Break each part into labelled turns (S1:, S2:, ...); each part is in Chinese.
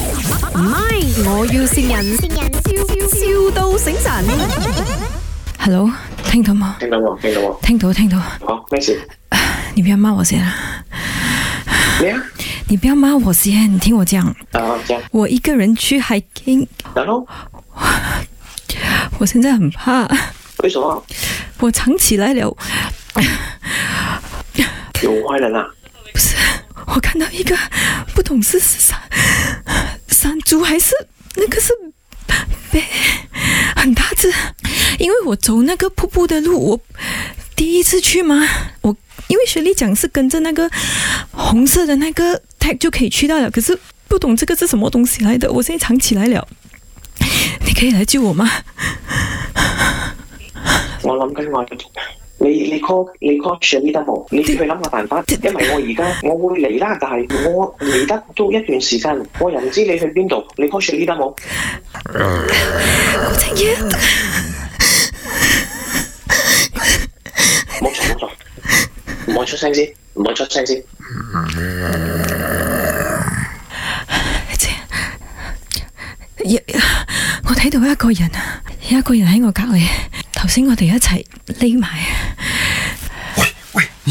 S1: 唔係，我要善人，笑笑到醒神。Hello，聽到嗎？
S2: 听到冇？听到冇？
S1: 聽到，聽到。
S2: 好，咩事？
S1: 你不要罵我先啊！
S2: 咩啊？
S1: 你不要罵我先，你听我讲。
S2: 啊，这样，
S1: 我一个人去 hiking，
S2: 然后
S1: 我现在很怕，
S2: 为什么
S1: 我藏起来了。
S2: 有坏人啊？
S1: 不是，我看到一个不懂是山山猪还是那个是呗，很大只。因为我走那个瀑布的路，我第一次去嘛，我因为学历讲是跟着那个红色的那个 tag 就可以去到了，可是不懂这个是什么东西来的，我现在藏起来了。你可以来救我吗？
S2: 我谂紧我，你你 call 你 call Sherry 得冇？你叫佢谂下辦法，因為我而家我會嚟啦，但係我嚟得都一段時間，我又唔知你去邊度，你 call Sherry 得冇？
S1: 我真耶，
S2: 冇錯冇錯，唔好出聲先，唔好出聲先。
S1: 有我睇到一個人啊，有一個人喺我隔離。頭先我哋一齊匿埋，啊
S3: 喂，你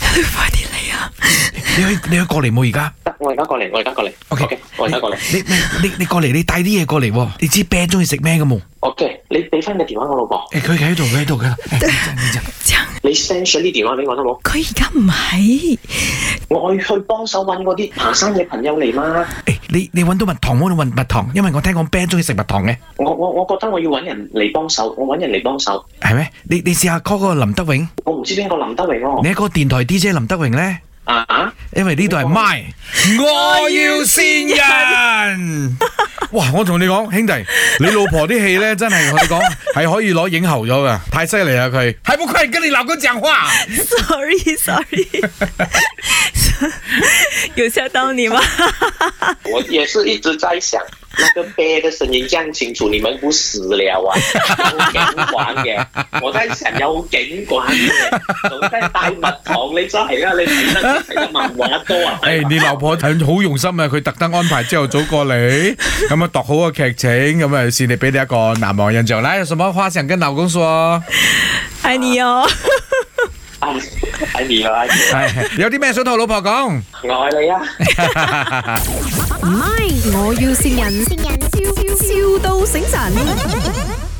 S2: 好
S1: 快啲嚟啊！
S3: 你可以你可以過嚟冇而家？
S2: 得，我而家過嚟，我而家過嚟。
S3: OK，
S2: OK，我而家過嚟。
S3: 你你你你過嚟，你帶啲嘢過嚟喎。你知啤中意食咩嘅冇？
S2: OK，你俾翻你電話我老婆，
S3: 誒，佢喺度，佢喺度，佢喺度。誒你真係
S2: 你 send 咗啲電話俾我得冇？
S1: 佢而家唔 係，
S2: 我去幫手揾嗰啲爬山嘅朋友嚟嘛。
S3: 誒，你你揾到蜜糖冇？你揾蜜糖，因為我聽講啤中意食蜜糖嘅，
S2: 我我我覺得我要揾人嚟幫手，我揾人嚟幫手。
S3: 係咩？你你試下 call 嗰個林德榮，
S2: 我唔知邊個林德榮咯。
S3: 你喺嗰個電台 DJ 林德榮咧。
S2: 啊啊！
S3: 因为呢度系麦，我要善 人。
S4: 哇！我同你講，兄弟，你老婆啲戲咧，真係同你 講係可以攞影后咗嘅，太犀利啦佢。
S3: 还不快跟你老公讲话？
S5: Sorry Sorry，有吓到你吗？
S2: 我也是一直在想，那个啤的声音降清楚，你们不死了啊！有警管嘅，我在想有警管嘅，仲真帶蜜糖，你真係啊！你睇得睇得漫畫多啊！
S4: 诶、哎你老婆係好用心啊，佢特登安排朝頭早過嚟， 咁啊度好個劇情，咁啊先你俾你一個難忘印象。啦。有什麼話想跟老公 說？
S5: 爱你哦。
S2: 唉
S3: 哎
S2: 愛你啊，愛你
S4: 係有啲咩想同老婆講？
S2: 我愛你啊！
S1: 唔係，我要善人，笑笑到醒神。